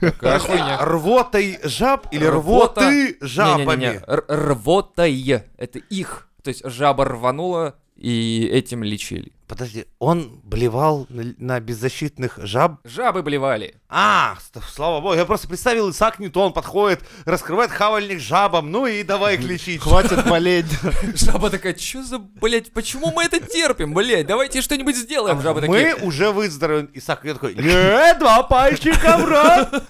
Такая хуйня. Рвотой жаб или Рвота- рвоты Не-не-не-не. жабами? Р- Рвотой. Это их. То есть жаба рванула, и этим лечили. Подожди, он блевал на, на беззащитных жаб? Жабы блевали. А, ст- слава богу, я просто представил, Исаак Ньютон подходит, раскрывает хавальник жабам, ну и давай их лечить. Хватит болеть. Жаба такая, чё за, блядь, почему мы это терпим, блядь? Давайте что-нибудь сделаем. Жабы А Мы такие, уже выздоровеем. Исаак Ньютон такой, «Не, два пальчика в рот,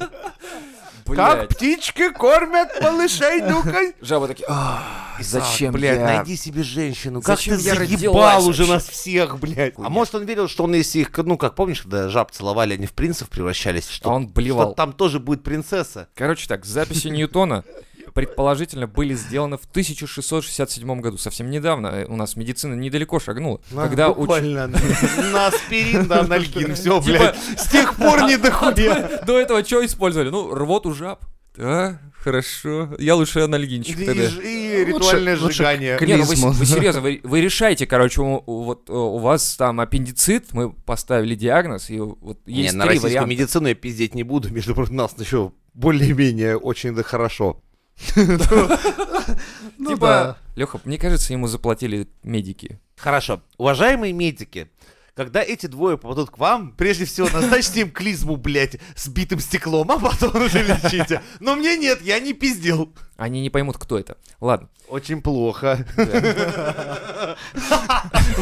как блядь. птички кормят малышей, ну-ка». Жабы такие, «А, зачем блядь, я... найди себе женщину. Как Зачем ты я заебал родилась уже вообще? нас всех, блядь. А может он верил, что он если их, ну как помнишь, когда жаб целовали, они в принцев превращались, что, А он блевал. что там тоже будет принцесса. Короче так, записи Ньютона предположительно были сделаны в 1667 году, совсем недавно. Э, У нас медицина недалеко шагнула. когда уч- буквально на аспирин, на анальгин, все, Типа- блядь. С тех пор не дохуя. до этого что использовали? Ну, рвоту жаб. Да, хорошо. Я лучше И, анальгинчик тогда. и ритуальное лучше сжигание. к- Не, ну вы, клизму. с- вы серьезно, вы, вы решаете, короче, у, у- вот э, у вас там аппендицит, мы поставили диагноз, и вот Не, есть на три российскую варианта. медицину я пиздеть не буду, между прочим, нас еще более-менее очень да хорошо. Ну типа, да. Леха, мне кажется, ему заплатили медики. Хорошо. Уважаемые медики, когда эти двое попадут к вам, прежде всего назначьте им клизму, блядь, с битым стеклом, а потом уже лечите. Но мне нет, я не пиздил. Они не поймут, кто это. Ладно. Очень плохо.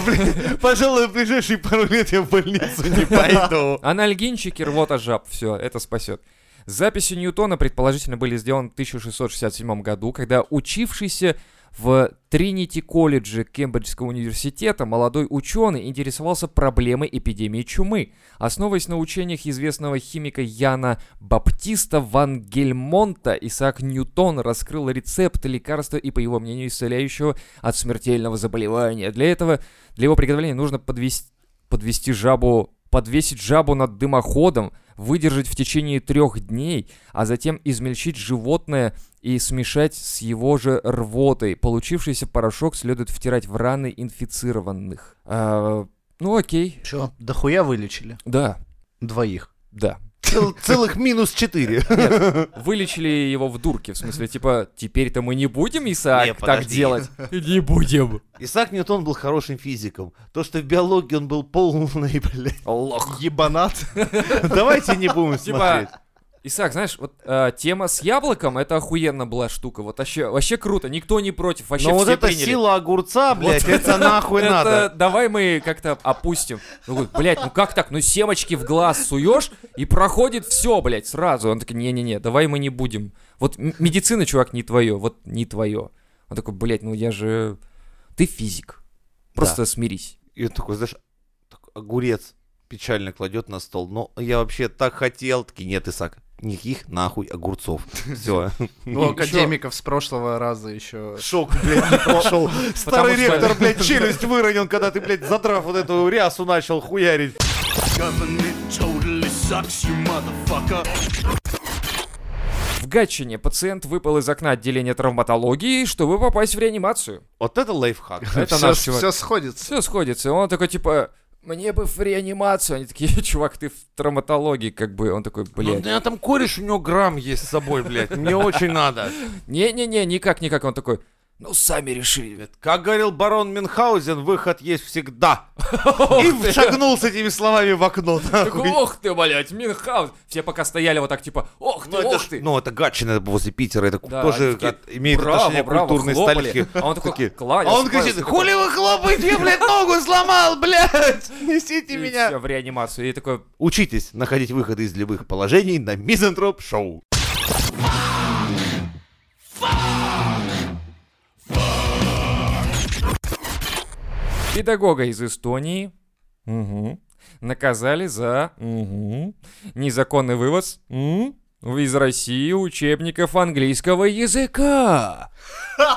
Блин, Пожалуй, в ближайшие пару лет я в больницу не пойду. Анальгинчики, А рвота жаб, все, это спасет. Записи Ньютона предположительно были сделаны в 1667 году, когда учившийся в Тринити колледже Кембриджского университета молодой ученый интересовался проблемой эпидемии чумы, основываясь на учениях известного химика Яна Баптиста Ван Гельмонта, Исаак Ньютон раскрыл рецепт лекарства и, по его мнению, исцеляющего от смертельного заболевания. Для этого, для его приготовления нужно подвести подвести жабу, подвесить жабу над дымоходом, выдержать в течение трех дней, а затем измельчить животное и смешать с его же рвотой. Получившийся порошок следует втирать в раны инфицированных. А, ну окей, Че, дохуя вылечили? да, Двоих. да. Цел- Целых минус четыре. Вылечили его в дурке, в смысле, типа, теперь-то мы не будем, Исаак, Не, так подожди. делать. Не будем. Исаак Ньютон был хорошим физиком. То, что в биологии он был полный, блядь. Лох. Ебанат. Давайте не будем смотреть. Типа, Исаак, знаешь, вот э, тема с яблоком, это охуенно была штука. Вот вообще, вообще круто, никто не против, вообще Но вот все эта приняли. сила огурца, блядь, это нахуй Это надо. давай мы как-то опустим. Ну, говорит, блядь, ну как так? Ну семочки в глаз суешь и проходит все, блядь, сразу. Он такой, не-не-не, давай мы не будем. Вот м- медицина, чувак, не твое, вот не твое. Он такой, блядь, ну я же... Ты физик. Просто смирись. И он такой, знаешь, так- огурец печально кладет на стол. Но я вообще так хотел. Таки, нет, Исаак, никаких нахуй огурцов. Все. Ну, академиков с прошлого раза еще. Шок, блядь, не прошел. Старый что- ректор, блядь, челюсть выронил, когда ты, блядь, задрав вот эту рясу начал хуярить. Government totally sucks, you motherfucker. В Гатчине пациент выпал из окна отделения травматологии, чтобы попасть в реанимацию. Вот это лайфхак. Это все, наш чувак. все сходится. Все сходится. Он такой, типа, мне бы в реанимацию. Они такие, чувак, ты в травматологии, как бы. Он такой, Ну, у блядь. меня там кореш, у него грамм есть с собой, блядь. Мне очень надо. Не-не-не, никак-никак. Он такой, ну, сами решили. Говорит, Как говорил барон Мюнхгаузен, выход есть всегда. И шагнул с этими словами в окно. Такой, нахуй. ох ты, блядь, Минхаус. Все пока стояли вот так, типа, ох ты, Ну, это ох ж- ты. ну, это Гатчина это возле Питера, это Да, тоже они такие, от- имеет «Браво, отношение к браво», культурной хлопали. столике. А он такой, Такие, «Кланясь, а он кланясь», кричит, такой, хули вы хлопаете, я, блядь, ногу сломал, блядь, несите меня. Все, в реанимацию. И такой, Учитесь находить выходы из любых положений на Мизантроп Шоу. педагога из Эстонии мгм, наказали за мгм, незаконный вывоз м, из России учебников английского языка.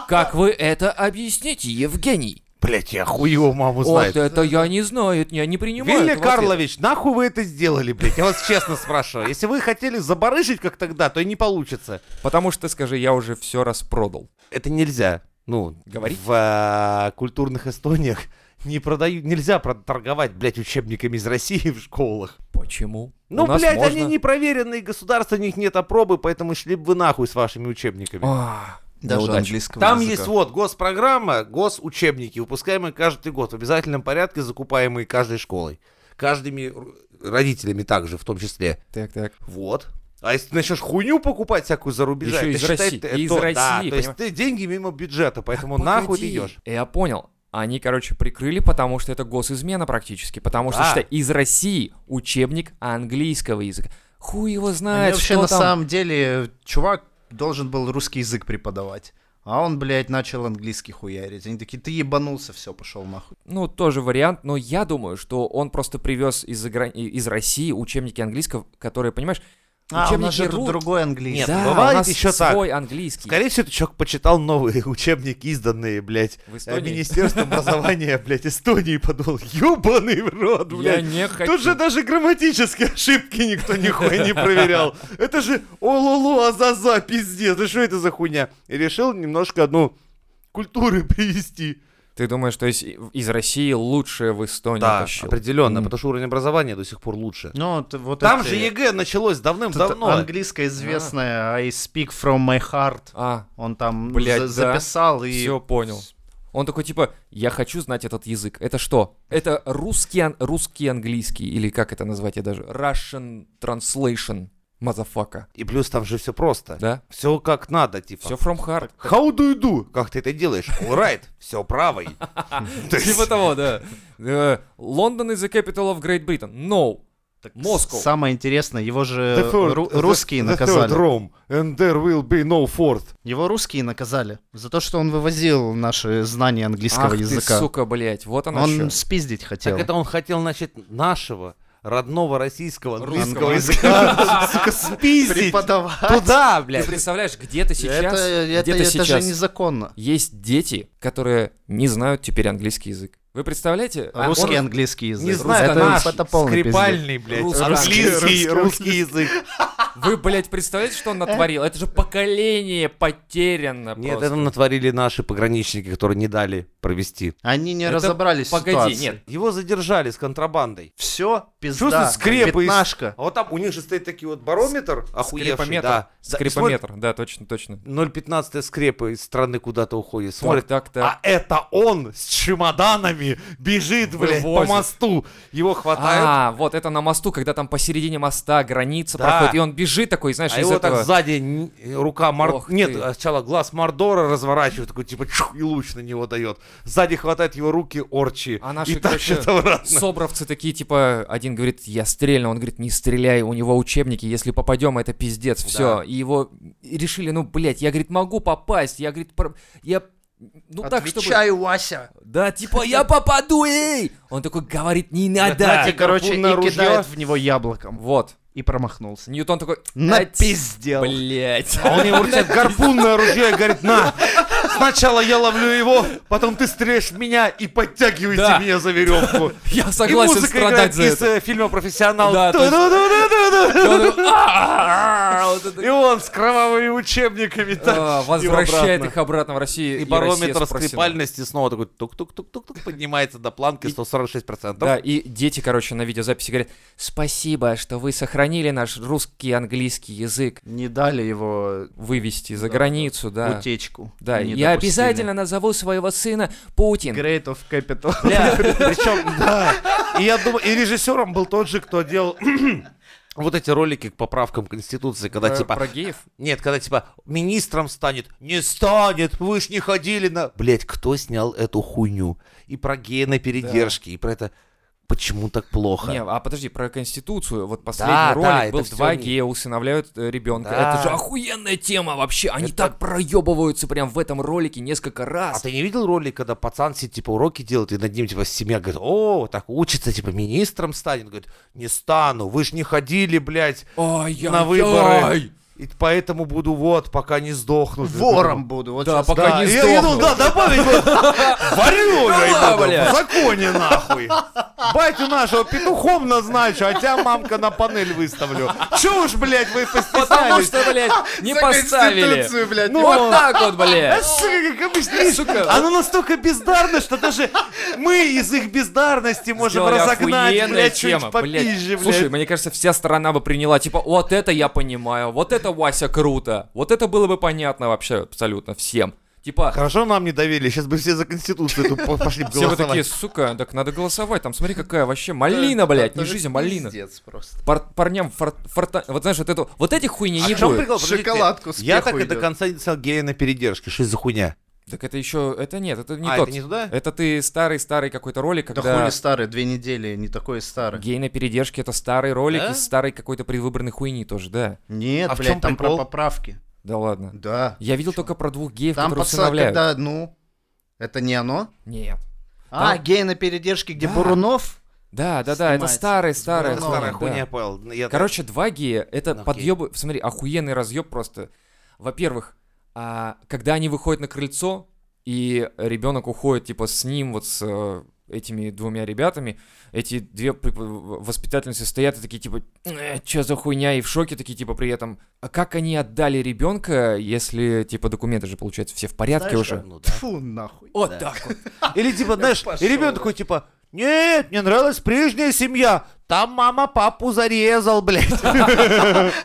Как вы это объясните, Евгений? Блять, я хуй его маму знает. Вот это я не знаю, я не принимаю. Вилли этого ответа. Карлович, нахуй вы это сделали, блядь? Я вас честно спрашиваю. Если вы хотели забарыжить, как тогда, то и не получится. Потому что, скажи, я уже все распродал. Это нельзя. Ну, Говорить? в э, культурных Эстониях не продают, нельзя прод- торговать, блядь, учебниками из России в школах. Почему? Ну, У нас блядь, можно. они не проверенные, государства, у них нет опробы, поэтому шли бы вы нахуй с вашими учебниками. А, Даже неудача. английского Там языка. есть вот госпрограмма, госучебники, выпускаемые каждый год в обязательном порядке, закупаемые каждой школой, каждыми р- родителями также, в том числе. Так, так. Вот. А если ты начнешь хуйню покупать всякую за рубежа, Ещё это из считай, России. ты- И из то- России, да, то понимаешь? есть ты деньги мимо бюджета, поэтому Погоди, Э, нахуй ты идешь. Я понял. Они, короче, прикрыли, потому что это госизмена практически. Потому что, Да. считай, из России учебник английского языка. Хуй его Мне знает, вообще что на там. самом деле чувак должен был русский язык преподавать. А он, блядь, начал английский хуярить. Они такие, ты ебанулся, все, пошел нахуй. Ну, тоже вариант, но я думаю, что он просто привез из, -за из России учебники английского, которые, понимаешь, А, у учебники нас же ру- тут другой английский. Нет, Да, бывает у нас ещё так. свой английский. Скорее всего, этот человек почитал новые учебники, изданные, блядь, В э, Эстонии. Министерством образования, блядь, Эстонии, и подумал, ебаный в рот, Я блядь. не хочу. Тут же даже грамматические ошибки никто нихуя не проверял. Это же ололу, азаза, пиздец. Да что это за хуйня? И решил немножко одну культуры привести. Ты думаешь, что из, из России лучшее в Эстонии тащил? определенно, М. потому что уровень образования до сих пор лучше. Ну, это вот Там это- же ЕГЭ началось тут давным-давно. английское известное I speak from my heart. А, Он там Блядь, за- да. записал и... Все понял. Он такой типа, я хочу знать этот язык. Это что? Это русский, ан- русский английский, или как это назвать я даже? Russian translation, мазафака, И плюс там же все просто. да? Все как надо, типа. Все from heart. How do you do? Как ты это делаешь? Alright, все правой. То есть- Типа того, да. Э, Лондон is the capital of Great Britain. No. Так Moscow. Самое интересное, его же The third- ру- the- русские э, the наказали. third Rome, and there will be no fourth. Его русские наказали за то, что он вывозил наши знания английского Ах языка. ты, сука, блядь, вот она он еще. спиздить хотел. Так это он хотел, значит, нашего родного российского Русского английского языка, сука, спиздить Преподавать. туда, Ты блядь. представляешь, где ты сейчас? это, это, где ты это сейчас? же незаконно. Есть дети, которые не знают теперь английский язык. Вы представляете? А Русский, он- английский язык. Не знаю, это, наш это полный пиздец. скрипальный, блядь, Русский. английский, Русский. русский язык. Вы, блядь, представляете, что он натворил? Это же поколение потеряно Нет, просто. это натворили наши пограничники, которые не дали провести. Они не Это- разобрались в Погоди, ситуации. нет. Его задержали с контрабандой. Все, пизда. Чувствуешь, скрепы из- Пятнашка. А вот там у них же стоит такие вот барометр охуевший. Скрипометр. Да. Да, и смотрит, Скрипометр, да, точно, точно. 0,15 скрепы из страны куда-то уходит. Так, Смотрит, так, так. А это он с чемоданами бежит, блядь, по Вывозит. мосту. Его хватают, А, вот это на мосту, когда там посередине моста граница Да. проходит, и он бежит такой, знаешь, а из его так этого... сзади н- рука Мор... Ох Нет, ты. сначала глаз Мордора разворачивает, такой типа чух, и луч на него дает. Сзади хватает его руки Орчи А наши, и тащит короче, обратно. Собровцы такие, типа, один говорит, я стрельну, он говорит, не стреляй, у него учебники, если попадем, это пиздец, все. Да. И его и решили, ну, блядь, я, говорит, могу попасть, я, говорит, пр- я... Ну так, чтобы... Отвечай, Вася. Да, типа, я попаду, эй! Он такой говорит, не надо! Да, И, короче, и гарпунное ружье. кидает в него яблоком. Вот. И И промахнулся. Ньютон такой... «Ать, Напиздел. Блять. А он ему говорит, гарпунное оружие, говорит, на, сначала я ловлю его, потом ты стреляешь в меня и подтягиваете Да. меня за веревку. Я И согласен музыка страдать играет за из это. э, фильма «Профессионал». Да, точно. Ду-ду-ду-ду-ду. А, вот это- И он с кровавыми учебниками так А, шутил Возвращает обратно. их обратно в Россию. И Россия барометр спасена. скрипальности снова такой тук-тук-тук-тук-тук поднимается до планки 146%. Да, и дети, короче, на видеозаписи говорят, спасибо, что вы сохранили наш русский и английский язык Не дали его вывести за Да, границу, да. утечку. Да, Не я допустили. обязательно назову своего сына Путин. Great of Capital. Причем, да. И я думаю, и режиссером был тот же, кто делал вот эти ролики к поправкам Конституции, когда Про- типа... Про геев? Нет, когда типа министром станет, не станет, вы ж не ходили на... Блять, кто снял эту хуйню? И про гея на передержке, и про это... Почему так плохо? Не, а подожди, про Конституцию. Вот последний Да, да, ролик это был всё «Два не- гея усыновляют э, ребенка». Да. Это же охуенная тема вообще. Они Это- так проебываются прям в этом ролике несколько А раз. ты не видел ролик, когда пацан сидит, типа, уроки делает, и над ним, типа, семья говорит, о, так учится, типа, министром станет. Говорит, не стану, вы ж не ходили, блядь, Ай-яй-яй. на выборы. И поэтому буду вот, пока не сдохну. Вором буду. Вот Да, щас- пока Да, не я, я сдохну. думал, да, добавить вот. Варю я Да, его, блядь. в законе нахуй. Батю нашего петухом назначу, а тебя мамка на панель выставлю. Чё уж, блядь, вы Потому постеснялись? что, блядь, не За поставили. Конституцию, блядь. Ну, вот так вот, А, блядь. сука, как обычно, видишь, Э, Сука. оно настолько бездарно, что даже мы из их бездарности можем Сделали разогнать, охуенная блядь, тема, чуть попизже, блядь. блядь. Слушай, мне кажется, вся страна бы приняла, типа, вот это я понимаю, вот это, Вася, круто. Вот это было бы понятно вообще абсолютно всем. Типа, Хорошо нам не доверили, сейчас бы все за Конституцию тут по- пошли бы все вы такие, голосовать. сука, так надо голосовать, там смотри, какая вообще малина, блядь, не жизнь, а малина. Пиздец просто. Пар- парням фор- форта... Вот знаешь, вот эту... Вот этих хуйни А не в чём будет. прикол? Подождите, Шоколадку с Я пехой так и до идёт. конца не снял гея на передержке. Что это за хуйня? Так это еще... Это нет, это не а, тот. это не туда? Это ты старый-старый какой-то ролик, Да когда... хули старый, две недели, не такой старый. Гей на передержке это старый ролик Да? из старой какой-то предвыборной хуйни тоже, да. Нет, А в чём блядь, там про прикол? поправки. Да ладно. Да. Я видел только про двух геев, Там которые пацан, усыновляют. когда, ну, это не оно? Нет. А, Там- гей на передержке, где Да. Бурунов? Да, да, да, это Снимается. старый, старый. Ну, Старая да. хуйня, Павел. Я- Короче, два гея это Ну, окей. подъебы. Смотри, охуенный разъеб просто. Во-первых, а, когда они выходят на крыльцо, и ребенок уходит, типа, с ним, вот с э, этими двумя ребятами, эти две прип- в- воспитательницы стоят и такие, типа, что за хуйня, и в шоке такие, типа, при этом. А как они отдали ребенка, если, типа, документы же, получается, все в порядке Знаешь, уже? Ну да. Фу, нахуй. Вот так вот. Или типа, знаешь, пошёл, и ребенок такой типа, нет, мне нравилась прежняя семья. Там мама папу зарезал, блядь.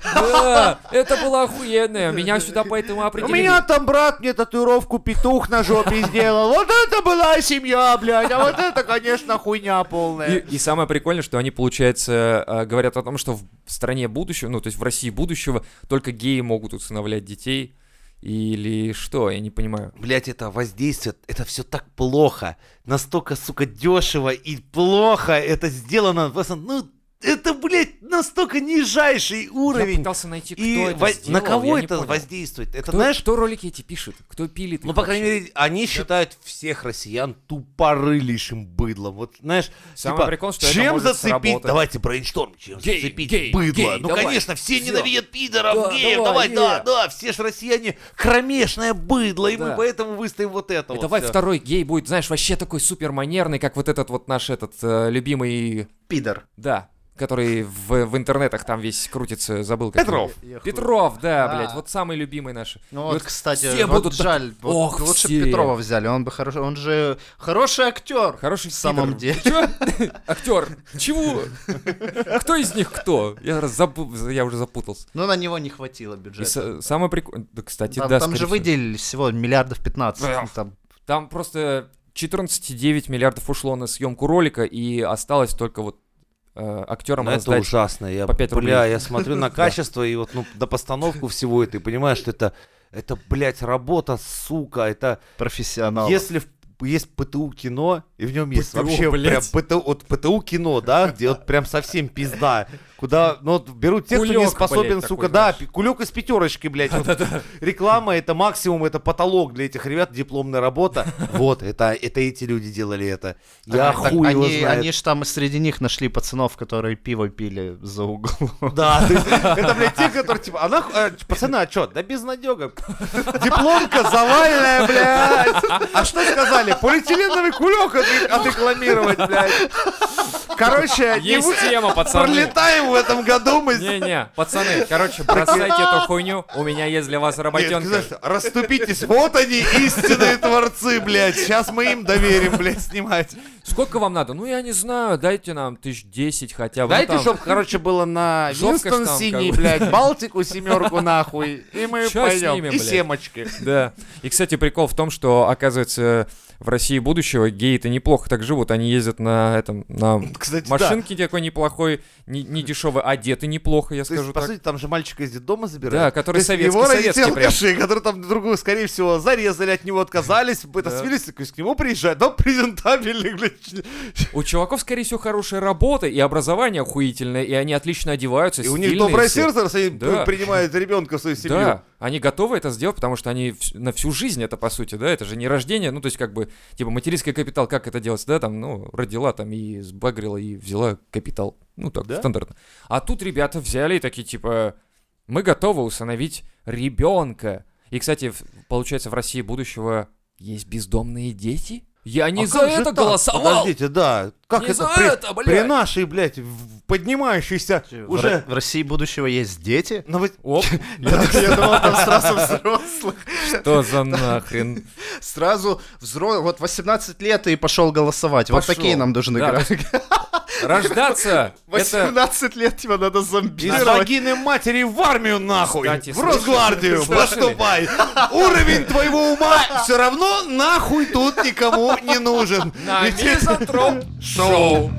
Да, это было охуенно. Меня сюда поэтому У определили. меня там брат мне татуировку петух на жопе сделал. Вот это была семья, блядь. А вот это, конечно, хуйня И, полная. и самое прикольное, что они, получается, э, говорят о том, что в стране будущего, ну, то есть в России будущего, только геи могут усыновлять детей. Или что, я не понимаю. Блять, это воздействие, это все так плохо. Настолько, сука, дешево и плохо это сделано. Просто, ну, это, блядь, настолько нижайший Я уровень. пытался найти, кто И это во- сделал, на кого я не это понял. воздействует? Это, Кто, знаешь, кто ролики эти пишет? Кто пилит? Ну, их по крайней вообще? мере, они считают всех россиян тупорылейшим быдлом. Вот, знаешь, Самый типа, прикол, что это чем может зацепить? сработать. Давайте брейншторм, чем Гей, зацепить гей, быдло. гей, ну, давай. конечно, все Всё. ненавидят пидоров, Да, геев, давай, давай, да, е. да, все же россияне кромешное быдло, и Да. мы поэтому выставим вот это И вот давай всё. второй гей будет, знаешь, вообще такой супер манерный, как вот этот вот наш этот э, любимый, Пидор. да, который в, в интернетах там весь крутится, забыл. как его. Петров. Я хуй. Петров, да, Да. блядь, вот самый любимый наш. Ну И вот, кстати, все вот будут так- жаль, вот Ох, лучше все. б Петрова взяли, он бы хорошо, он же хороший актер. Хороший В самом пидор. деле. Чё? Актер. Чего? Кто из них кто? Я, раз забу- я уже запутался. Но на него не хватило И бюджета. са- самое прикольное... Да, кстати, Там, да, там же скорее всего. выделили всего миллиардов 15. Эх. ну, там. Там просто 14,9 миллиардов ушло на съемку ролика, и осталось только вот актерам Ну, это раздать. ужасно. Я, по пять бля, рублей. я смотрю на качество и вот ну, на постановку всего это, и понимаю, что это, это, блядь, работа, сука, это... профессионал. Если в- есть ПТУ кино, и в нем есть ПТУ, вообще блядь. прям ПТУ, вот ПТУ кино, да, где вот прям совсем пизда, Куда, ну, вот берут тех, кто не Кулек, способен, блядь, сука, такой, да, знаешь. пи- кулек из пятерочки, блядь. вот. Реклама это максимум, это потолок для этих ребят, дипломная работа. Вот, это, это эти люди делали это. Я Так, хуй его они, знает. они ж там среди них нашли пацанов, которые пиво пили за углом. Да, то есть это, блядь, те, которые, типа, а нахуй, а, пацаны, а чё, да безнадёга. Дипломка заваленная, блядь. А что сказали? Полиэтиленовый кулек отрекламировать, блядь. Короче, не Есть вы- тема, пацаны. пролетаем в этом году мы. здесь. Не-не, пацаны, короче, бросайте эту хуйню, у меня есть для вас Нет, работенка. знаешь, расступитесь, вот они, истинные творцы, блядь. Сейчас мы им доверим, блядь, снимать. Сколько вам надо? Ну, я не знаю, дайте нам тысяч десять хотя бы. Ну, Дайте, там- чтоб, короче, было на Жопка ж Винстон там, синий, как бы. блядь, Балтику семерку нахуй, и мы Чё с пойдем. ними, И блядь? семочки. Да. И, кстати, прикол в том, что, оказывается, в России будущего геи-то неплохо так живут. Они ездят на этом, на Кстати, да. машинке такой неплохой, не, не дешевый, одеты неплохо, я То есть, скажу по так. сути, там же мальчика из детдома забирают. Да, который То есть советский, его советский родители прям. алкаши, которые там другую, скорее всего, зарезали, от него отказались, это Да. свелись, так, и к нему приезжают, но презентабельный, блядь. У чуваков, скорее всего, хорошая работа и образование охуительное, и они отлично одеваются, И у них стильные доброе все. сердце, раз они Да. принимают ребенка в свою семью. Да, они готовы это сделать, потому что они вс- на всю жизнь это, по сути, да, это же не рождение, ну, то есть, как бы, типа, материнский капитал, как это делать, да, там, ну, родила там и сбагрила, и взяла капитал, ну, так, Да? стандартно. А тут ребята взяли и такие, типа, мы готовы усыновить ребенка. И, кстати, в- получается, в России будущего есть бездомные дети? Я не А за как же это так? голосовал! Подождите, да. Как Не это, за при, это, блядь! при нашей, блядь, в- поднимающейся уже... В, России будущего есть дети? Ну, вот- Оп, Я думал, там сразу взрослых. что за нахрен? Сразу взрослых. Вот 18 лет и пошел голосовать. Вот Пошёл. такие нам нужны Да, графики. Рождаться! это- 18 лет тебя надо Из зомбировать. вагины матери в армию нахуй! Кстати, в слышали? Росгвардию! Слышали? Поступай! Уровень твоего ума все равно нахуй тут никому не нужен! На Ведь это мизантроп шоу.